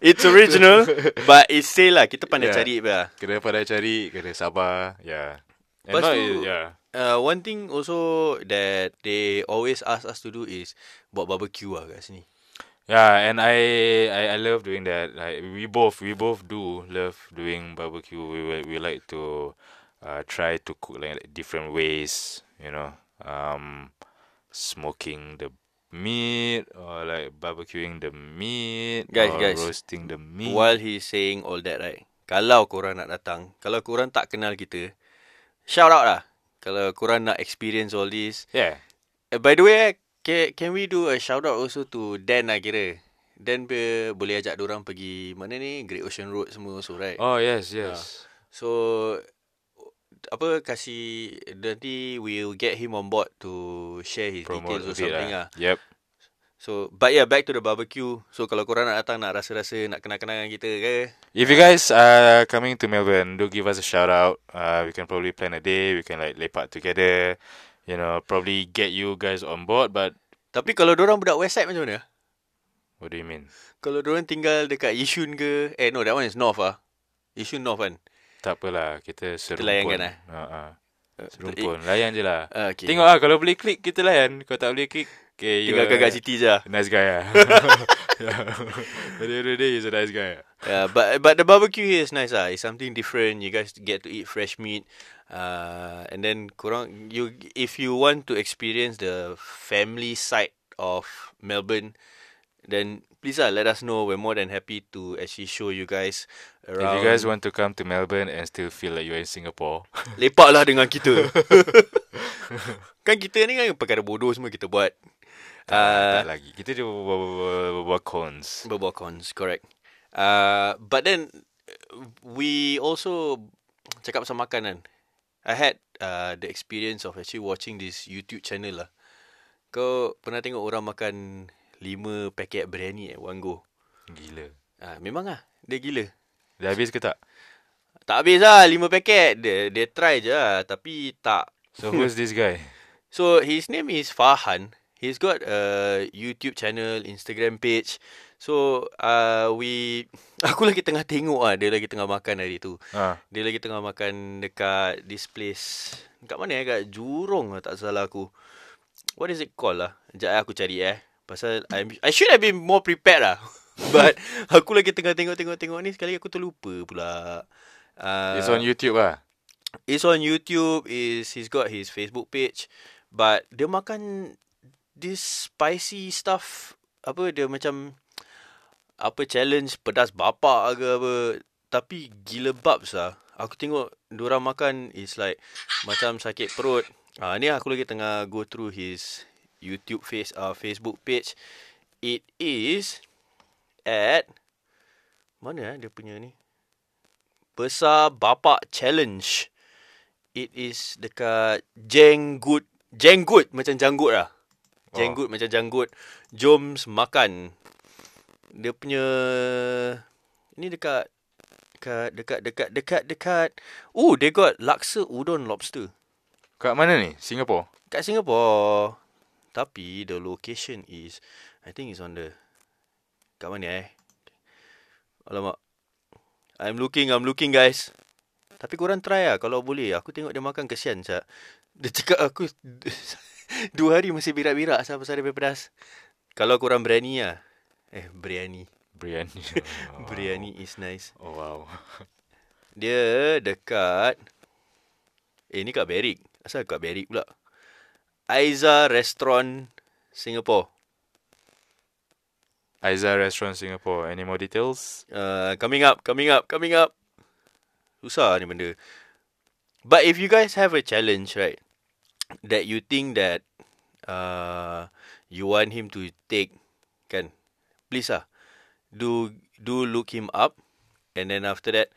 B: it's original but it's sale lah. Kita pandai
A: Yeah.
B: cari lah.
A: Kena pandai cari, kena sabar. Yeah. And
B: Lepas
A: not,
B: tu-
A: yeah.
B: Uh, one thing also that they always ask us to do is buat barbecue lah kat sini.
A: Yeah, and I, I I love doing that. Like we both we both do love doing barbecue. We will- we like to uh try to cook like different ways, you know. Um smoking the meat or like barbecuing the meat
B: Guys,
A: or
B: guys.
A: roasting the meat.
B: While he's saying all that right, kalau korang nak datang, kalau korang tak kenal kita, shout out lah. Kalau korang nak experience all this.
A: Yeah.
B: Uh, by the way, eh, can, can we do a shout out also to Dan lah kira. Dan be, boleh ajak orang pergi mana ni Great Ocean Road semua also right.
A: Oh yes, yes.
B: So apa kasih nanti we'll get him on board to share his
A: Promote a bit ah.
B: details or something lah.
A: Yep.
B: So, but yeah, back to the barbecue. So, kalau korang nak datang, nak rasa-rasa, nak kenang-kenangan kita ke,
A: If you guys are coming to Melbourne, do give us a shout out. Uh, we can probably plan a day. We can like lepak together. You know, probably get you guys on board. But
B: tapi kalau orang budak west side macam mana?
A: what do you mean?
B: Kalau orang tinggal dekat Yishun ke, eh no, that one is north ah. Yishun north kan?
A: Tak apalah, kita
B: layankan
A: serumpun.
B: lah.
A: Uh-uh.
B: Eh,
A: Serumpun, layan je lah.
B: ah, okay.
A: Tengok lah, kalau boleh klik, kita layan. Kalau tak boleh klik, okay, you
B: Tinggal
A: are
B: kat kat city je lah.
A: Nice guy lah. yeah. At the end of the day, he's a nice guy.
B: Yeah, but but the barbecue here is nice ah. It's something different. You guys get to eat fresh meat. Uh, and then kurang you if you want to experience the family side of Melbourne, then please ah, let us know. We're more than happy to actually show you guys
A: If
B: around.
A: you guys want to come to Melbourne and still feel like you're in Singapore,
B: lepak lah dengan kita. kan kita ni kan perkara bodoh semua kita buat.
A: tak
B: Uh,
A: lagi. Kita je berbual cons.
B: Berbual cons, correct. Uh, but then uh, we also cakap pasal makanan. I had uh, the experience of actually watching this YouTube channel lah. Kau pernah tengok orang makan 5 paket biryani at one go?
A: Gila.
B: Ah, memang lah. Dia gila.
A: Dah habis ke tak?
B: Tak habis lah 5 paket. Dia, dia try je lah. Tapi tak.
A: So who's this guy?
B: So his name is Farhan. He's got a YouTube channel, Instagram page. So uh, we aku lagi tengah tengok ah dia lagi tengah makan hari tu.
A: Ah,
B: Dia lagi tengah makan dekat this place. Dekat mana eh? Dekat Jurong lah tak salah aku. what is it called lah? Sekejap eh, aku cari eh. Pasal I'm, I should have been more prepared lah. But aku lagi tengah tengok-tengok-tengok ni sekali aku terlupa pula. Uh,
A: it's on YouTube ah.
B: It's on YouTube. Is he's got his Facebook page, but dia makan this spicy stuff. Apa dia macam apa challenge pedas bapa ke apa. Tapi gila babs lah. Aku tengok diorang makan is like macam sakit perut. Ah ni aku lagi tengah go through his YouTube face uh, Facebook page. It is at mana eh dia punya ni? Besar Bapak Challenge. It is dekat Jenggut. Jenggut macam janggut lah. Jenggut oh. macam janggut. Jom makan. Dia punya ni dekat dekat dekat dekat dekat dekat. Oh, they got laksa udon lobster
A: Kat mana ni? Singapore.
B: kat Singapore. Tapi the location is I think it's on the kat mana eh? Alamak. I'm looking, I'm looking guys. Tapi korang try lah kalau boleh. Aku tengok dia makan kesian sah. Dia cakap aku dua hari masih birak-birak sah pasal dia pedas. Kalau korang berani lah. Eh, biryani.
A: Biryani.
B: Biryani is nice.
A: Oh wow.
B: Dia dekat Eh ni kat Berwick Asal kat Berwick pula Aiza Restaurant Singapore
A: Aiza Restaurant Singapore. Any more details?
B: uh, Coming up Coming up Coming up Susah ni benda But if you guys have a challenge right That you think that uh, You want him to take Kan Please lah Do Do look him up And then after that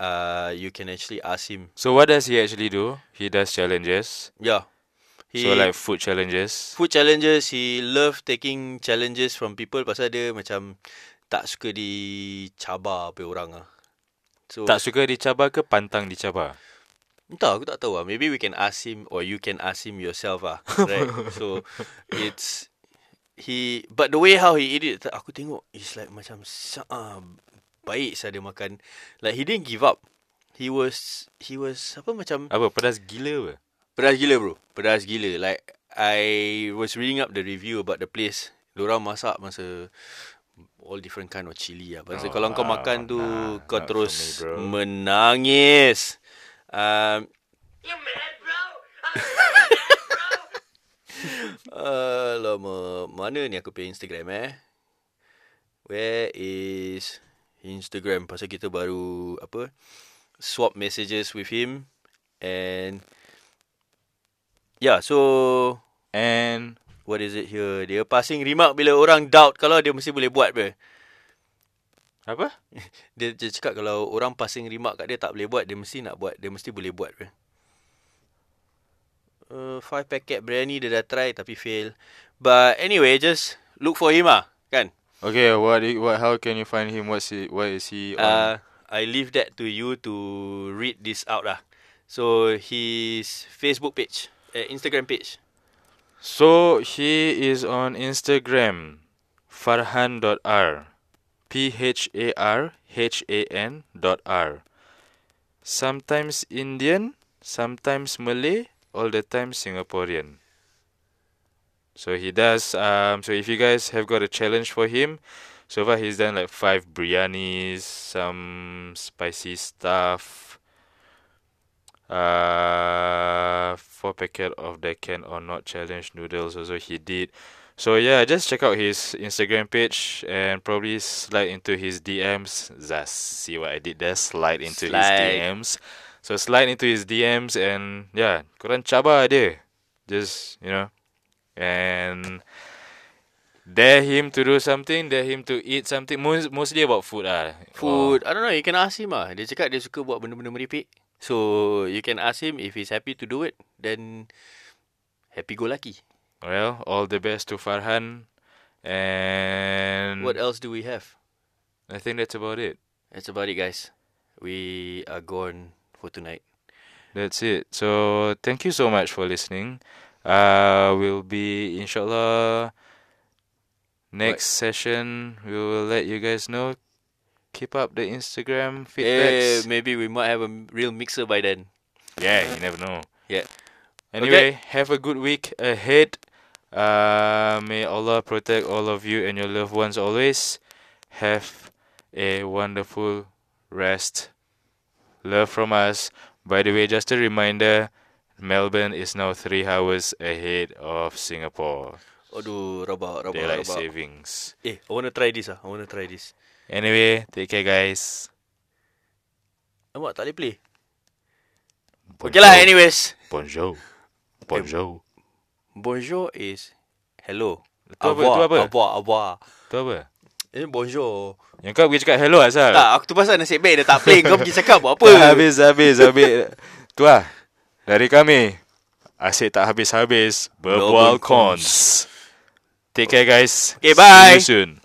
B: uh, You can actually ask him
A: So what does he actually do? He does challenges.
B: Yeah. He,
A: so like food challenges.
B: food challenges, he love taking challenges from people pasal dia macam tak suka dicabar oleh orang ah. So
A: Tak suka dicabar ke pantang dicabar?
B: entah aku tak tahu ah. Maybe we can ask him or you can ask him yourself ah. Right. so it's he but the way how he eat it aku tengok is like macam sa- ah, baik saya dia makan. Like he didn't give up. He was he was apa macam
A: Apa pedas gila ke?
B: Pedas gila bro Pedas gila Like I was reading up the review About the place Diorang masak masa All different kind of chili lah Pasal
A: Oh,
B: kalau kau
A: ah,
B: makan tu
A: nah,
B: Kau
A: not for
B: terus
A: me, bro.
B: Menangis um,
C: You mad, bro? Ah.
B: Alamak Mana ni aku punya Instagram eh Where is Instagram Pasal kita baru Apa Swap messages with him And Yeah Ya, so
A: And
B: What is it here? Dia passing remark bila orang doubt kalau dia mesti boleh buat ber.
A: apa?
B: Dia, dia cakap kalau orang passing remark kat dia tak boleh buat, dia mesti nak buat, dia mesti boleh buat ber. Uh, five packet biryani dia dah try tapi fail. But anyway, just look for him ah, kan?
A: Okay, what i- what how can you find him? What's he what is he on?
B: Uh, I leave that to you to read this out lah. So his Facebook page, uh, Instagram page.
A: So he is on Instagram farhan.r p h a r h a n dot r sometimes Indian sometimes Malay all the time Singaporean so he does um so if you guys have got a challenge for him so far he's done like five biryanis some spicy stuff uh four packet of the can or not challenge noodles also he did so yeah just check out his instagram page and probably slide into his dms zas see what i did there slide into
B: Slide.
A: his dms so slide into his dms and yeah korang cabar dia just you know and dare him to do something dare him to eat something Most, mostly about food ah
B: food. I don't know. You can ask him ah. Dia cakap dia suka buat benda-benda meripik. So you can ask him if he's happy to do it. Then happy go lucky.
A: Oh, Well, all the best to Farhan. And
B: What else do we have?
A: I think that's about it.
B: That's about it, guys. We are gone for tonight.
A: That's it. So thank you so much for listening. Uh, we'll be inshallah next session. We will let you guys know. Keep up the Instagram
B: Eh,
A: feedbacks.
B: maybe we might have a m- real mixer by then.
A: Yeah, you never know.
B: Yeah.
A: Anyway, have a good week ahead. Uh, may Allah protect all of you and your loved ones always. Have a wonderful rest. Love from us. By the way, just a reminder Melbourne is now three hours ahead of Singapore.
B: Aduh, rabak, rabak,
A: Daylight
B: rabak.
A: savings.
B: Eh, I want to try this ah. I want to try this.
A: Anyway, take care, guys.
B: Amat, tak boleh play. Okay lah, anyways.
A: Bonjour. Bonjour.
B: Bonjour is hello.
A: Itu apa- itu apa?
B: Abwa, abwa.
A: Itu apa?
B: Eh, bonjour.
A: Yang kau pergi cakap hello asal?
B: Tak, aku tu pasal nasib baik dia tak play. Kau pergi cakap buat apa?
A: Eh. Tak habis, habis, habis. tu lah. Dari kami. Asyik tak habis-habis. Berbual
B: Berbual
A: cons. Take care guys.
B: Okay, bye.
A: See you soon.